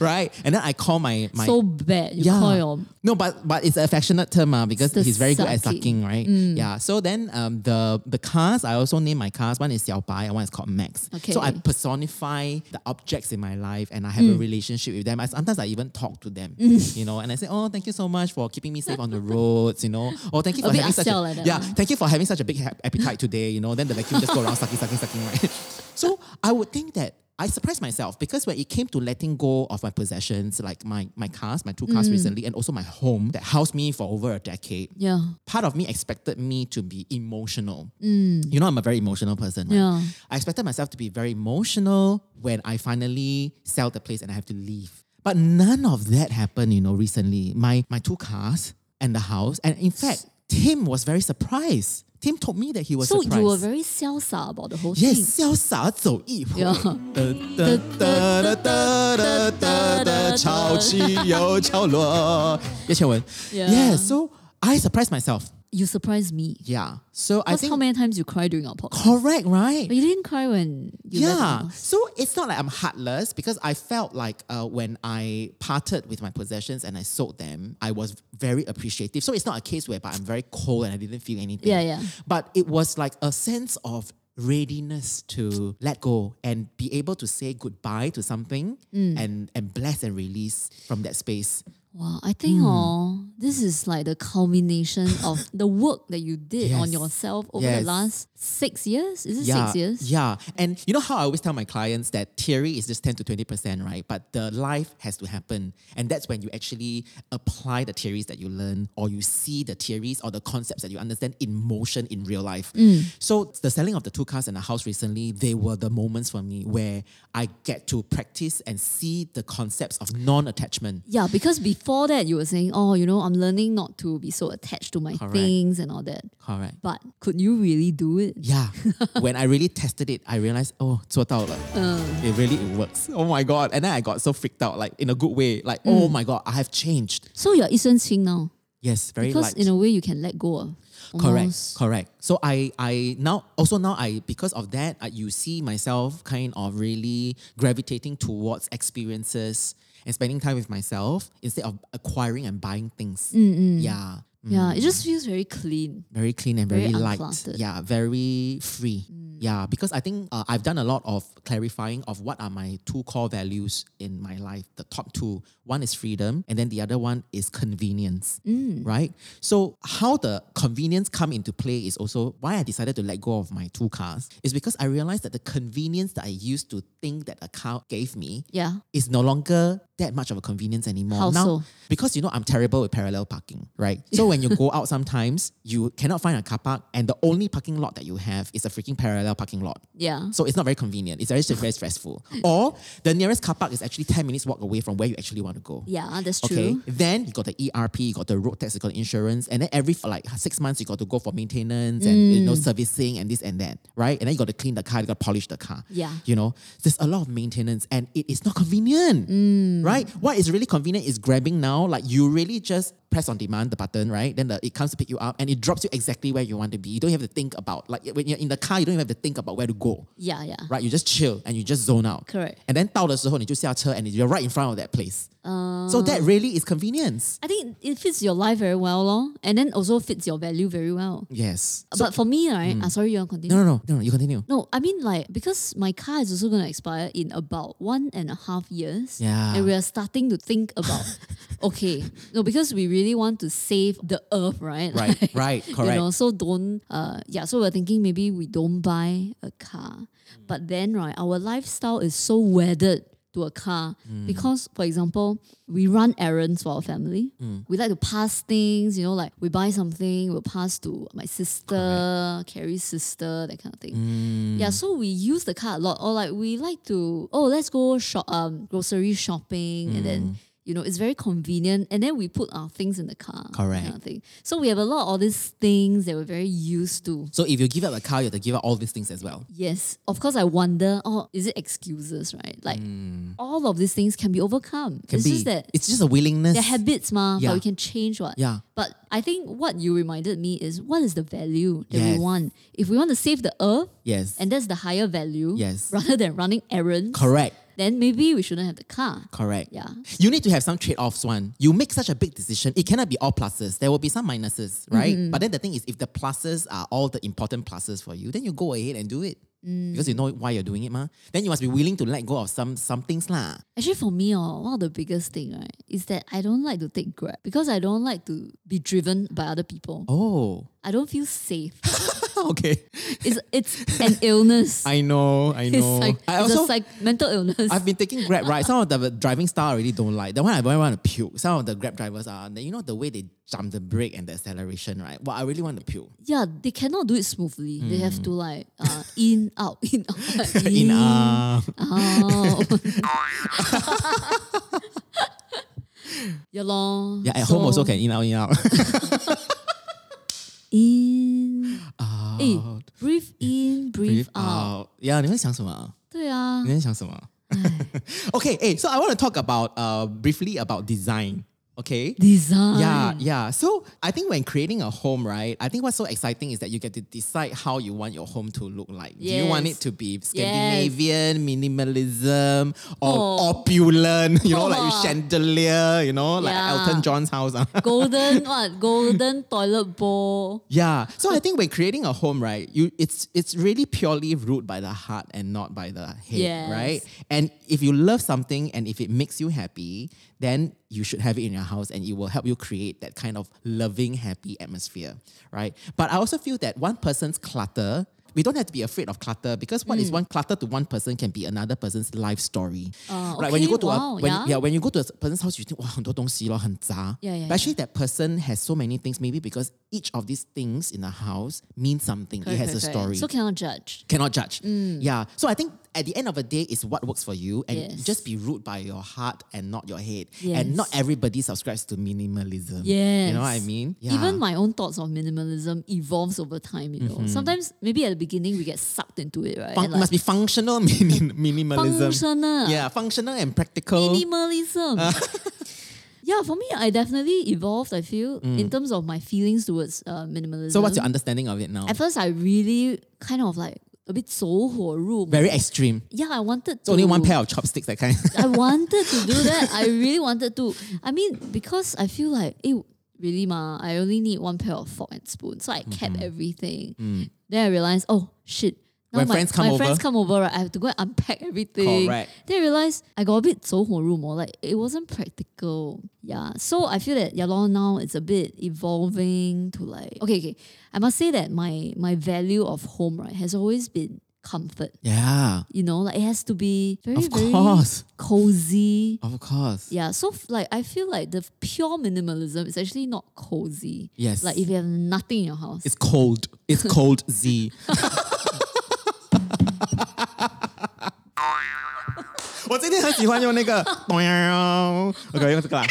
right? And then I call my, my so bad. You call your no, but but it's an affectionate term ah, because It's the he's very good at sucking. Mm. sucking, right? Yeah. So then um the the cars I also name my cars. One is Xiao Bai and one is called Max. Okay. So I personify the objects in my life and I have Mm. a relationship with them. I, sometimes I even talk to them, you know, and I say, oh, thank you so much for keeping me safe on the roads, you know. Oh, thank you A for bit having such upsell like that yeah, lah. thank you for having such a big hap- appetite today. You know, then the vacuum just go around sucking, sucking, sucking, right? So I would think that I surprised myself because when it came to letting go of my possessions, like my my cars, my two cars recently, and also my home that housed me for over a decade, Yeah. part of me expected me to be emotional. You know, I'm a very emotional person. right? Mm. Yeah. I expected myself to be very emotional when I finally sell the place and I have to leave. But none of that happened, you know, recently. My my two cars and the house. And in fact, Tim was very surprised. Tim told me that he was So surprised. you were very salsa about the whole Yes, thing. 潇洒走一回。 Yeah. 潮起又潮落。叶倩文。 Yeah. Yeah, so I surprised myself. You surprised me. Yeah. So I That's think how many times you cried during our podcast. correct, right? But you didn't cry when you left the yeah. house. So it's not like I'm heartless because I felt like uh, when I parted with my possessions and I sold them, I was very appreciative. So it's not a case whereby I'm very cold and I didn't feel anything. Yeah, yeah. But it was like a sense of readiness to let go and be able to say goodbye to something Mm. and and bless and release from that space. Wow, I think Hmm. oh, this is like the culmination of the work that you did on Yes. yourself over Yes. the last six years. Is it yeah, six years? Yeah. And you know how I always tell my clients that theory is just 10 to 20%, right? But the life has to happen. And that's when you actually apply the theories that you learn or you see the theories or the concepts that you understand in motion in real life. Mm. So the selling of the two cars and the house recently, they were the moments for me where I get to practice and see the concepts of non-attachment. Yeah, because before that you were saying, oh, you know, I'm learning not to be so attached to my Correct. things and all that. Correct. But could you really do it? Yeah. when I really tested it, I realized, oh, 做到了. Uh. It really it works. Oh my God. And then I got so freaked out, like in a good way. Like, Mm. oh my God, I have changed. So you're 一身轻 now. Yes, very Because light. in a way you can let go of correct, almost- correct. So I, I now, also now I, because of that, I, you see myself kind of really gravitating towards experiences and spending time with myself instead of acquiring and buying things. Yeah. Yeah, it just feels very clean. very clean and very, Very light. uncluttered. Yeah, very free. Yeah, because I think uh, I've done a lot of clarifying of what are my two core values in my life. The top two one is freedom, and then the other one is convenience. Right. So how the convenience come into play is also why I decided to let go of my two cars is because I realized that the convenience that I used to think that a car gave me Yeah. is no longer that much of a convenience anymore. How now, so? because you know I'm terrible with parallel parking, right? So when you go out sometimes, you cannot find a car park and the only parking lot that you have is a freaking parallel parking lot. Yeah. So it's not very convenient. It's actually very stressful. Or the nearest car park is actually 10 minutes walk away from where you actually want to go. Yeah, that's true. Okay. Then you got the ERP, you got the road tax, you got the insurance, and then every for like uh, six months you got to go for maintenance and you Mm. know servicing and this and that, right? And then you got to clean the car, you got to polish the car. Yeah. You know, there's a lot of maintenance and it is not convenient, Mm. right? What is really convenient is grabbing now. Like you really just press on demand the button, right? Then the, it comes to pick you up and it drops you exactly where you want to be. You don't have to think about like when you're in the car, you don't even have to think about where to go. Yeah, yeah. Right, you just chill and you just zone out. Correct. And then 到的时候你就下车 and you're right in front of that place. so that Uh. really is convenience. I think it fits your life very well, lor, and then also fits your value very well. Yes. but for me, right? Ah, sorry, you want to continue? Mm. No, no, no, no, no. You continue. No, I mean like because my car is also gonna expire in about one and a half years. Yeah. And we are starting to think about okay. No, because we really want to save the earth, right? Right, Like, right, You correct. know, so don't uh yeah, so we're thinking maybe we don't buy a car. But then right, our lifestyle is so wedded to a car because for example we run errands for our family we like to pass things you know like we buy something we'll pass to my sister carrie's sister that kind of thing yeah, Mm. so we use the car a lot, or like we like to oh let's go shop um grocery shopping, and Mm. then you know it's very convenient, and then we put our things in the car. that Correct. Kind of thing. So we have a lot of all these things that we're very used to. So if you give up a car, you have to give up all these things as well. Yes, of course. I wonder, oh, is it excuses, right? Like all of these things can be overcome. Mm. Can it's be. just that it's just a willingness. they're habits, ma. Yeah. But we can change what. Yeah. But I think what you reminded me is what is the value that Yes. we want? If we want to save the earth, yes. and that's the higher value Yes. rather than running errands correct. then maybe we shouldn't have the car Correct. Yeah. You need to have some trade offs, one. You make such a big decision, it cannot be all pluses. There will be some minuses, right? Mm-hmm. But then the thing is, if the pluses are all the important pluses for you, then you go ahead and do it. Mm. Because you know why you're doing it, ma. Then you must be willing to let go of some some things, lah. actually for me oh, one of the biggest thing right is that i don't like to take grab because i don't like to be driven by other people Oh. i don't feel safe okay. it's, it's an illness I know, I it's know. like I it's also a psych- mental illness I've been taking Grab right. Some of the driving style I really don't like. The one I really want to puke. Some of the Grab drivers are, you know, the way they jump the brake and the acceleration, right? Well, I really want to puke. yeah they cannot do it smoothly they have to like uh, in out in out Oh. like, Hmm. In uh, out yeah lor yeah, at So- home also can in out in out. in out 诶 breathe in, breathe breathe out. out. Yeah, 你们想什么？对啊你，们想什么 ？Okay, hey, so I want to talk about uh briefly about design. Okay. design. Yeah, yeah. So I think when creating a home, right, I think what's so exciting is that you get to decide how you want your home to look like. Do you want Yes. it to be Scandinavian, minimalism, or opulent, you know, like with Oh. chandelier, you know, like Yeah. Elton John's house? ah. Golden what? Golden toilet bowl. yeah. So I think when creating a home, right, you it's it's really purely ruled by the heart and not by the head, Yes. right? And if you love something and if it makes you happy, then you should have it in your house and it will help you create that kind of loving, happy atmosphere, right? But I also feel that one person's clutter, we don't have to be afraid of clutter because what is Hmm. one clutter to one person can be another person's life story. Ah, right? When you go okay, to wow, a when, yeah. yeah, when you go to a person's house, you think, wow, 很多东西咯,很杂. Yeah, yeah, But actually that person has so many things, maybe because each of these things in the house means something. it Correct, has a correct, story correct. So Mm. cannot judge. cannot judge. Yeah. So I think at the end of the day, it's what works for you, and Yes. just be ruled by your heart and not your head. Yes. And not everybody subscribes to minimalism. Yes. You know what I mean? Yeah. Even my own thoughts of minimalism evolves over time, you know. Sometimes maybe at the beginning we get sucked into it, right? Mm-hmm. Fun- Like, must be functional minim- minimalism. Functional. Yeah, Uh. functional and practical. minimalism. yeah, for me, I definitely evolved, I feel, in terms of my feelings towards uh, minimalism. Mm. so what's your understanding of it now? At first, I really kind of like a bit 走火入魔. Very extreme. Yeah, I wanted It's only one to- pair of chopsticks that kind. I wanted to do that. I really wanted to. I mean, because I feel like, eh, really, ma, I only need one pair of fork and spoon. So I Mm-hmm. kept everything. Then I realized, oh, shit. Now Mm. When my, friends come my over- friends come over, right, I have to go and unpack everything. Correct. Then I realized I got a bit so room or like it wasn't practical. Yeah. So I feel that yeah, lor, now it's a bit evolving to like okay, okay. I must say that my my value of home right has always been comfort. Yeah. You know, like it has to be very, Of course. very cozy. Of course. Yeah, so f- like I feel like the pure minimalism is actually not cozy. Yes. like if you have nothing in your house, It's cold. It's cold Z.我今天很喜欢用那个，OK，用这个啦。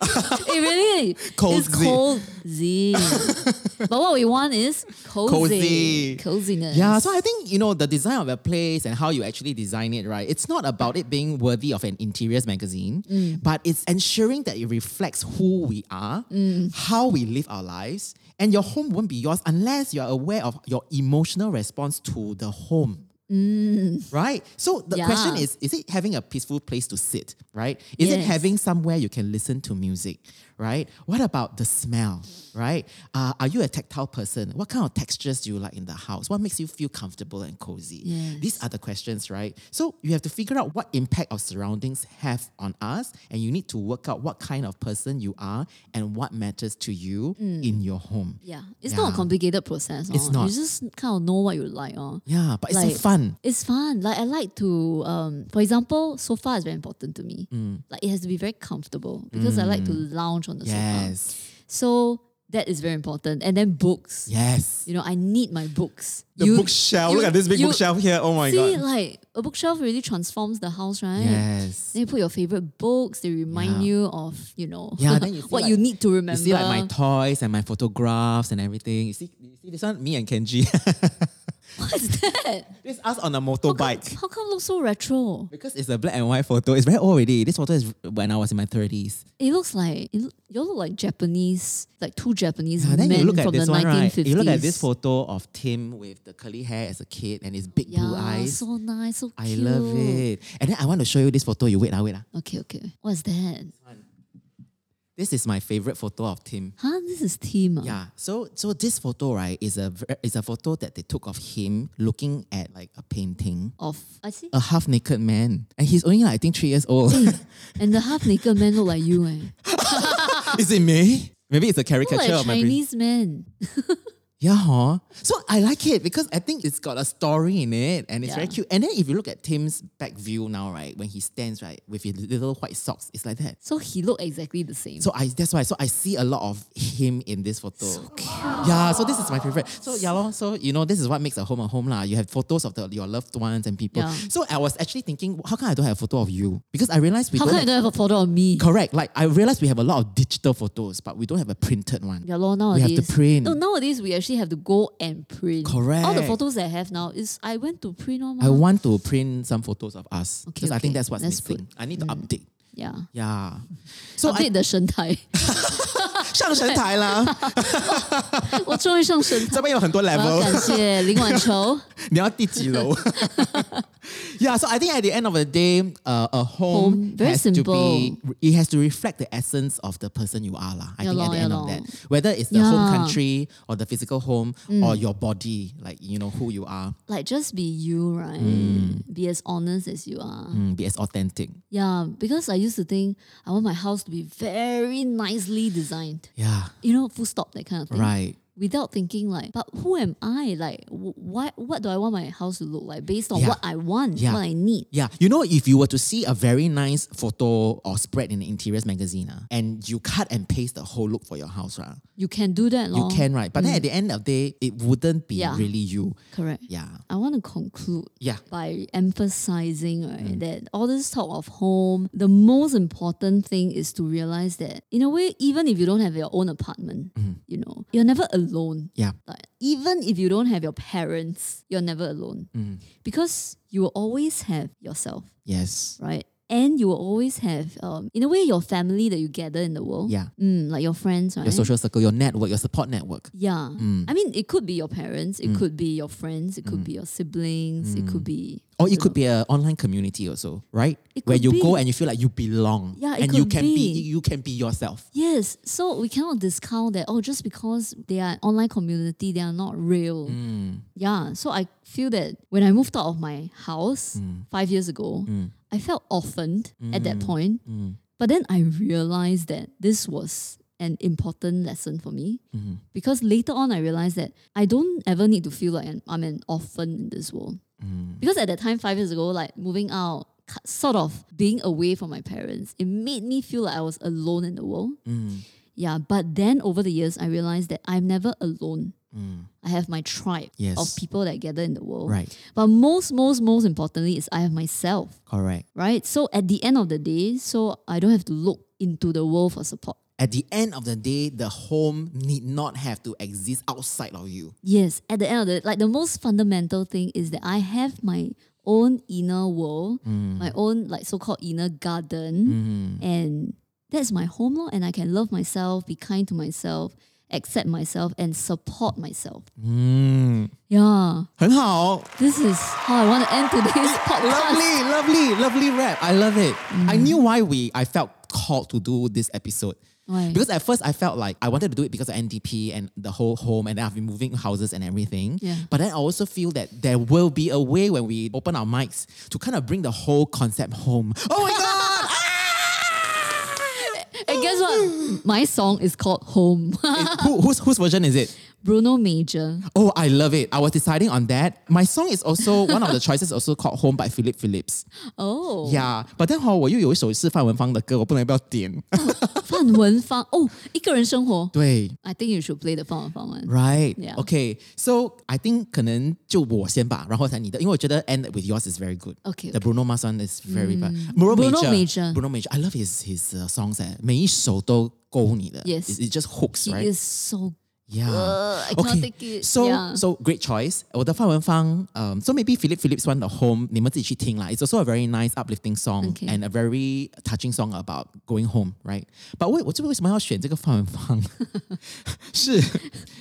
Cold it really Cozy. is cozy. but what we want is Cozy. cozy, coziness. Yeah, so I think you know the design of a place and how you actually design it, right? It's not about it being worthy of an interiors magazine, Mm. but it's ensuring that it reflects who we are, Mm. how we live our lives, and your home won't be yours unless you are aware of your emotional response to the home. Right? So the Mm. Yeah. question is is it having a peaceful place to sit, right? Is it Yes. having somewhere you can listen to music, right? What about the smell, right? Uh, are you a tactile person? What kind of textures do you like in the house? What makes you feel comfortable and cozy? Yes. These are the questions, right? So you have to figure out what impact our surroundings have on us, and you need to work out what kind of person you are and what matters to you Mm. in your home. Yeah, it's not Yeah. a complicated process. It's oh. not. You just kind of know what you like. Oh. Yeah, but it's so Like- fun. It's fun. Like I like to, um, for example, sofa is very important to me. Mm. Like it has to be very comfortable because I like to lounge on the sofa. Yes. So that is very important. And then books. Yes. You know, I need my books. The You- bookshelf. you- Look at this big you- bookshelf here. Oh my See, god. like a bookshelf really transforms the house, right? Yes. Then you put your favorite books. They remind Yeah. you of you know Yeah, then you feel what like- you need to remember. You see, like my toys and my photographs and everything. You see, you see this one, me and Kenji. What's that? this us on a How motorbike come, how come look so retro? because it's a black and white photo. It's very old already. This photo is when I was in my thirties. It looks like it, lo- you all look like Japanese, like two Japanese And then men you look from at this the one, 1950s. right? You look at this photo of Tim with the curly hair as a kid and his big Yeah, blue eyes. so nice, so I cute. love it. And then I want to show you this photo. You wait, ah, wait, ah. Okay, okay. What's that? This is my favorite photo of Tim. Huh? This is Tim. ah? Yeah. So so this photo right is a ver- is a photo that they took of him looking at like a painting, Of I see. a half naked man, and he's only like, I think three years old. and the half naked man look like you, eh? is it me? Maybe it's a caricature Look like a of my pre- Chinese man. Yeah, huh? So I like it because I think it's got a story in it and it's very Yeah. cute. And then if you look at Tim's back view now, right, when he stands right with his little white socks, it's like that. So he looked exactly the same. So I that's why so I see a lot of him in this photo. Yeah, so this is my favorite. So yeah, lor, so you know this is what makes a home a home lah. You have photos of the, your loved ones and people. Yeah. So I was actually thinking, how come I don't have a photo of you? Because I realized we How don't come you have- don't have a photo of me? correct. Like I realized we have a lot of digital photos, but we don't have a printed one. Yeah, lor, have nowadays. to print. No, nowadays we actually have to go and print. All the Correct. photos that I have now is I went to print on I my want to print some photos of us Okay, because I think okay. that's what's That's missing. I need to update. Yeah. Yeah. So Update the 神态. I 上神台我终于上神 台。 我要感谢林婉愁。啦，这边有很多 Yeah, so I think at the end of the day, uh, a home, Home, very has to be it has to reflect the essence of the person you are lah. I think Yeah at lor, the yeah end lor. of that, whether it's the home Yeah. Mm. country or the physical home or your body, like you know who you are, Like just be you, right? Be as honest as you are. Mm, be as authentic. Yeah, because I used to think I want my house to be very nicely designed. Yeah, You know, full stop that kind of thing. right. Without thinking like, but who am I? Like, wh- what what do I want my house to look like based on Yeah. what I want, Yeah. what I need? Yeah, you know, if you were to see a very nice photo or spread in the interiors magazine, ah, and you cut and paste the whole look for your house, right? You can do that, You lor. can, right? But then at the end of the day, it wouldn't be Oh. Mm. Yeah. really you. Correct. Yeah. I want to conclude Yeah. Mm. by emphasizing right, that all this talk of home, the most important thing is to realize that in a way, even if you don't have your own apartment, Mm-hmm. you know, you're never alone. Yeah. Like, even if you don't have your parents, you're never alone. Mm-hmm. Because you will always have yourself, Yes. right? And you will always have, um, in a way, your family that you gather in the world. Yeah. Mm, like your friends, right? Your social Mm. circle, your network, your support network. Yeah. I mean, it could be your parents, Mm. it could be your friends, it could be your siblings, it could be. Or it could be an online community also, right? It Where could you go be. and you feel like you belong. Yeah, it and you could can be. be. you can be yourself. Yes. So we cannot discount that, oh, just because they are an online community, they are not real. Mm. Yeah. So I feel that when I moved out of my house Mm. five years ago, I felt orphaned at that point. Mm. But then I realized that this was an important lesson for me Mm-hmm. because later on I realized that I don't ever need to feel like an, I'm an orphan in this world. Mm. Because at that time, five years ago, like moving out, ki- sort of being away from my parents, it made me feel like I was alone in the world. Mm. Yeah, but then over the years, I realized that I'm never alone. I have my tribe Mm. Yes. of people that gather in the world. Right. But most, most, most importantly is I have myself, Correct. right? So at the end of the day, so I don't have to look into the world for support. At the end of the day, the home need not have to exist outside of you. Yes, at the end of the like the most fundamental thing is that I have my own inner world, Mm. my own like so-called inner garden, Mm-hmm. and that's my home law and I can love myself, be kind to myself, accept myself and support myself. Mm. Yeah. 很好。 This is how I want to end today's podcast. Lovely, lovely, lovely rap. I love it. I knew why we I felt called to do this episode. Why? Because at first I felt like I wanted to do it because of NDP and the whole home, and then I've been moving houses and everything. Yeah. But then I also feel that there will be a way when we open our mics to kind of bring the whole concept home. Oh my god! Eh, And guess what? My song is called Home. Ah! Who, whose, whose version is it? Bruno Major. Oh, I love it. I was deciding on that. My song is also one of the choices, also called Home by Philip Phillips. Oh. Yeah, but then 哈，我又有一首是范文芳的歌，我不能不要点。 Fan Wen Fang. Oh, 一个人生 活.对 I think you should play the Fan Wen Fang one. ，right， Yeah. okay. So I think 可能就我先吧，然后才你的，因为我觉得 end with yours is very good. Okay, The okay. 嗯 Bruno Mars one is very bad. Bruno Bruno Major. Major. Bruno Major. I love his his uh, songs. 哎，每一首都勾你的。 Yes. It, it just hooks, He right? is so Yeah. I cannot take it. So Yeah. so great choice. 我的范文芳, um, so maybe Philip Phillips one the home. 你们自己去听啦. It's also a very nice uplifting song Okay. and a very touching song about going home, right? But 我- 我这为什么要选这个范文芳？是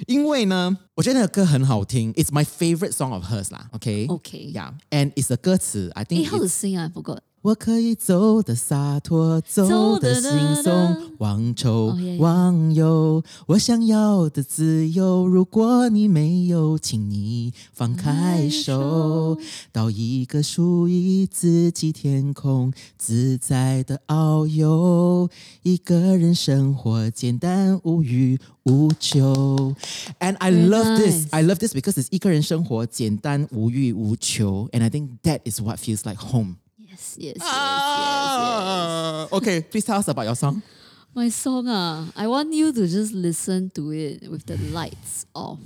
因为呢，我觉得那个歌很好听。It's my favorite song of hers 啦。Okay. Okay. Yeah. And it's the 歌词. I Hey, think how it's- to sing? ah, I forgot. 我可以走得洒脱，走得轻松，忘愁哦耶耶忘忧。我想要的自由，如果你没有，请你放开手，到一个属于自己天空，自在的遨游。一个人生活，简单无欲无求。And I Very love this. nice. I love this because it's 一个人生活，简单无欲无求。And I think that is what feels like home. Yes, yes, yes, yes, Ah, okay, please tell us about your song. yes. My song, ah, I want you to just listen to it with the lights off.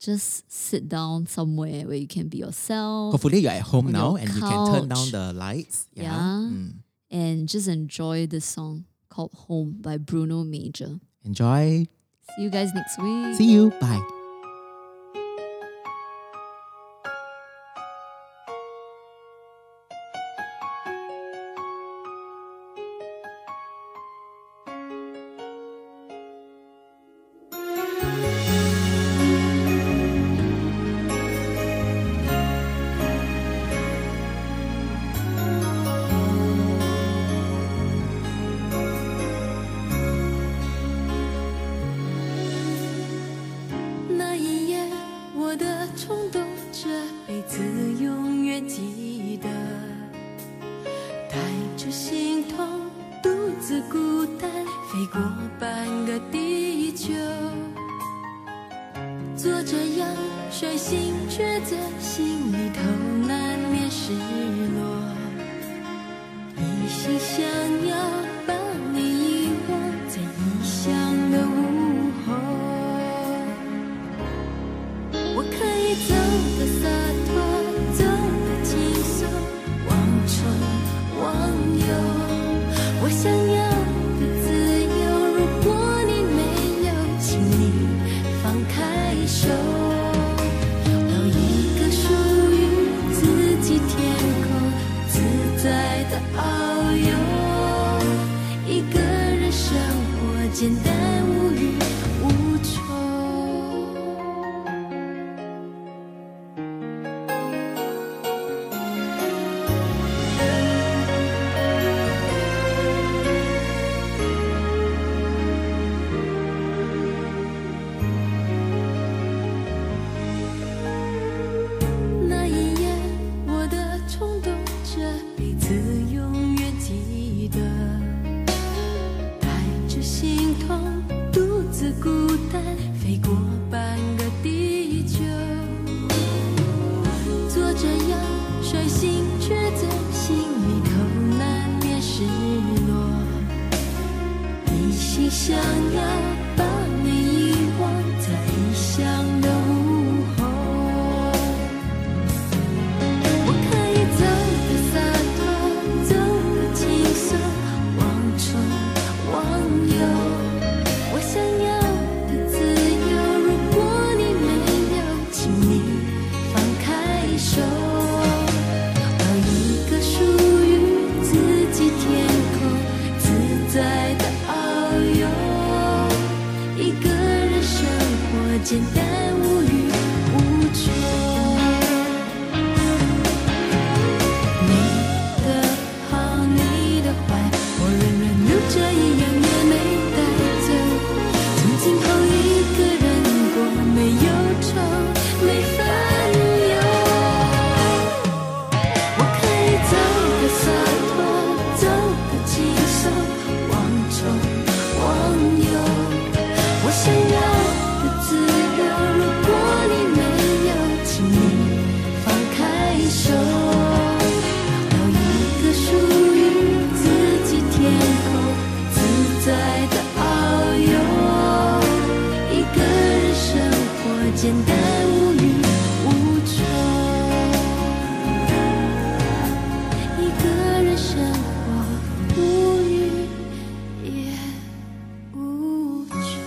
Just sit down somewhere where you can be yourself. Hopefully, you're at home On now your and you can turn down couch. the lights. Yeah. Yeah. Mm. And just enjoy this song called Home by Bruno Major. Enjoy. See you guys next week. See you. Bye. 那一夜，我的冲动这辈子永远记得。带着心痛，独自孤单飞过半个地球。做这样率性抉择，心里头难免失落。一心想要把你遗忘在异乡的午后，我可以走得洒脱，走得轻松，忘愁忘忧。我想要的自由，如果你没有，请你放开手，有一个属于自己天空。自在的遨游，想要把你遗忘在异乡的午后。我可以走得洒脱，走得轻松，忘左忘右。我想要的自由，如果你没有，请你放开手。到一个属于自己天空，自在的遨游。一个人生活简单无欲无求。你的好，你的坏，我仍然留着，一样也没带走。从今后一个人过，没忧愁，没烦忧。我可以走得洒脱，走得轻松，忘左忘右。我想要的自由，如果你没有，请你放开手，到一个属于自己天空，自在的遨游。一个人生活简单无欲无求。一个人生活，无语也无求。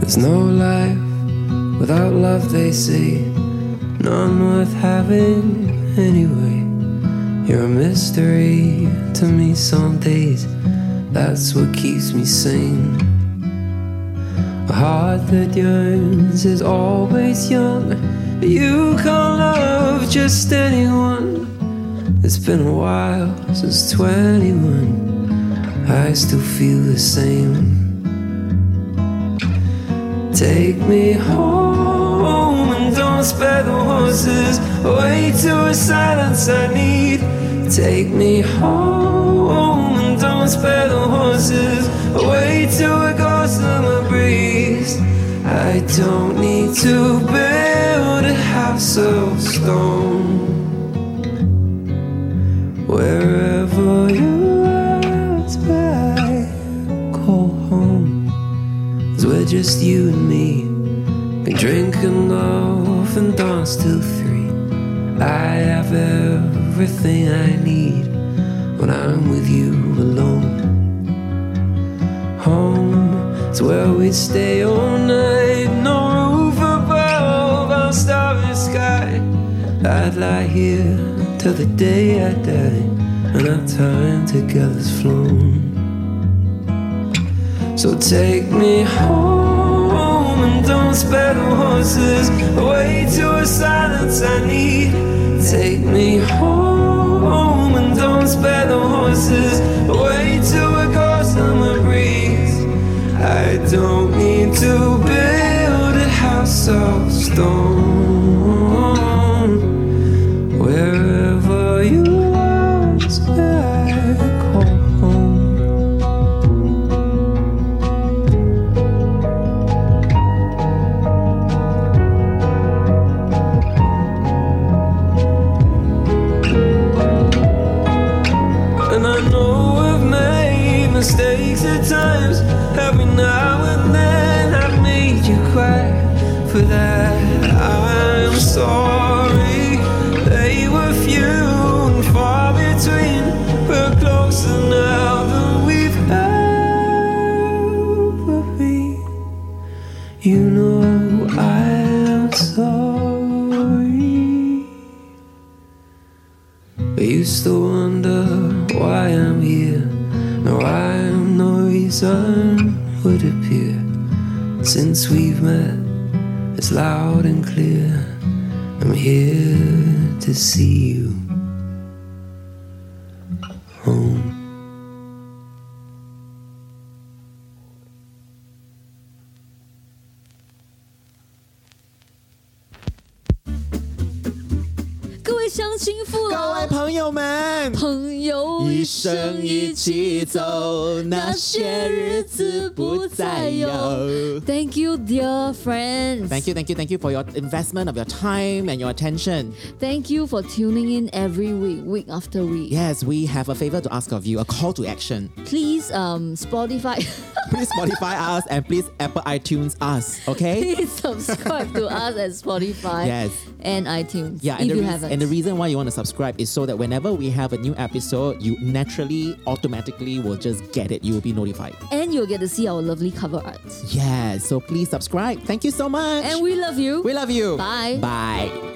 There's no life without love, they say. None worth having anyway. You're a mystery to me some days. That's what keeps me sane. A heart that yearns is always young. But you can't love just anyone. It's been a while since 21. I still feel the same. Take me home and don't spare the horses. Away to a silence I need. Take me home and don't spare the horses. Away to a ghost summer breeze. I don't need to build a house of stone. Wherever you are, it's where I call home. Cause we're just you and me. Can drink and laugh and dance till three. I have everything I need when I'm with you alone. Home is where we stay all night. No roof above our starry sky. I'd lie here till the day I die. And our time together's flown. So take me home and don't spare the horses. Away to a silence I need. Take me home and don't spare the horses. Away to a cold summer breeze. I don't need to build a house of stone. Wherever you are, is where I call home. And I know I've made mistakes at times. Every now and then I've made you cry. For that, I'm sorry. They were few and far between. We're closer now than we've ever been. You know I'm sorry. I used to wonder why I'm here and why I'm no reason would appear. Since we've met, it's loud and clear. I'm here to see you home. 享清福各位了。朋友们，朋友一一生生一一起起走。走，那些日子不再有。 Thank you, dear friends. Thank you, thank you, thank you for your investment of your time and your attention. Thank you for tuning in every week, week after week. Yes, we have a favor to ask of you, a call to action. Please, um, Spotify, Please Spotify us and please Apple iTunes us, okay? please subscribe to us at Spotify Yes. and iTunes. Yeah, and if the, you reas- haven't. and the reason why you want to subscribe is so that whenever we have a new episode, you naturally, automatically will just get it. You will be notified. and you'll get to see our lovely cover art. Yes, so please subscribe. Thank you so much. And we love you. we love you. Bye. Bye.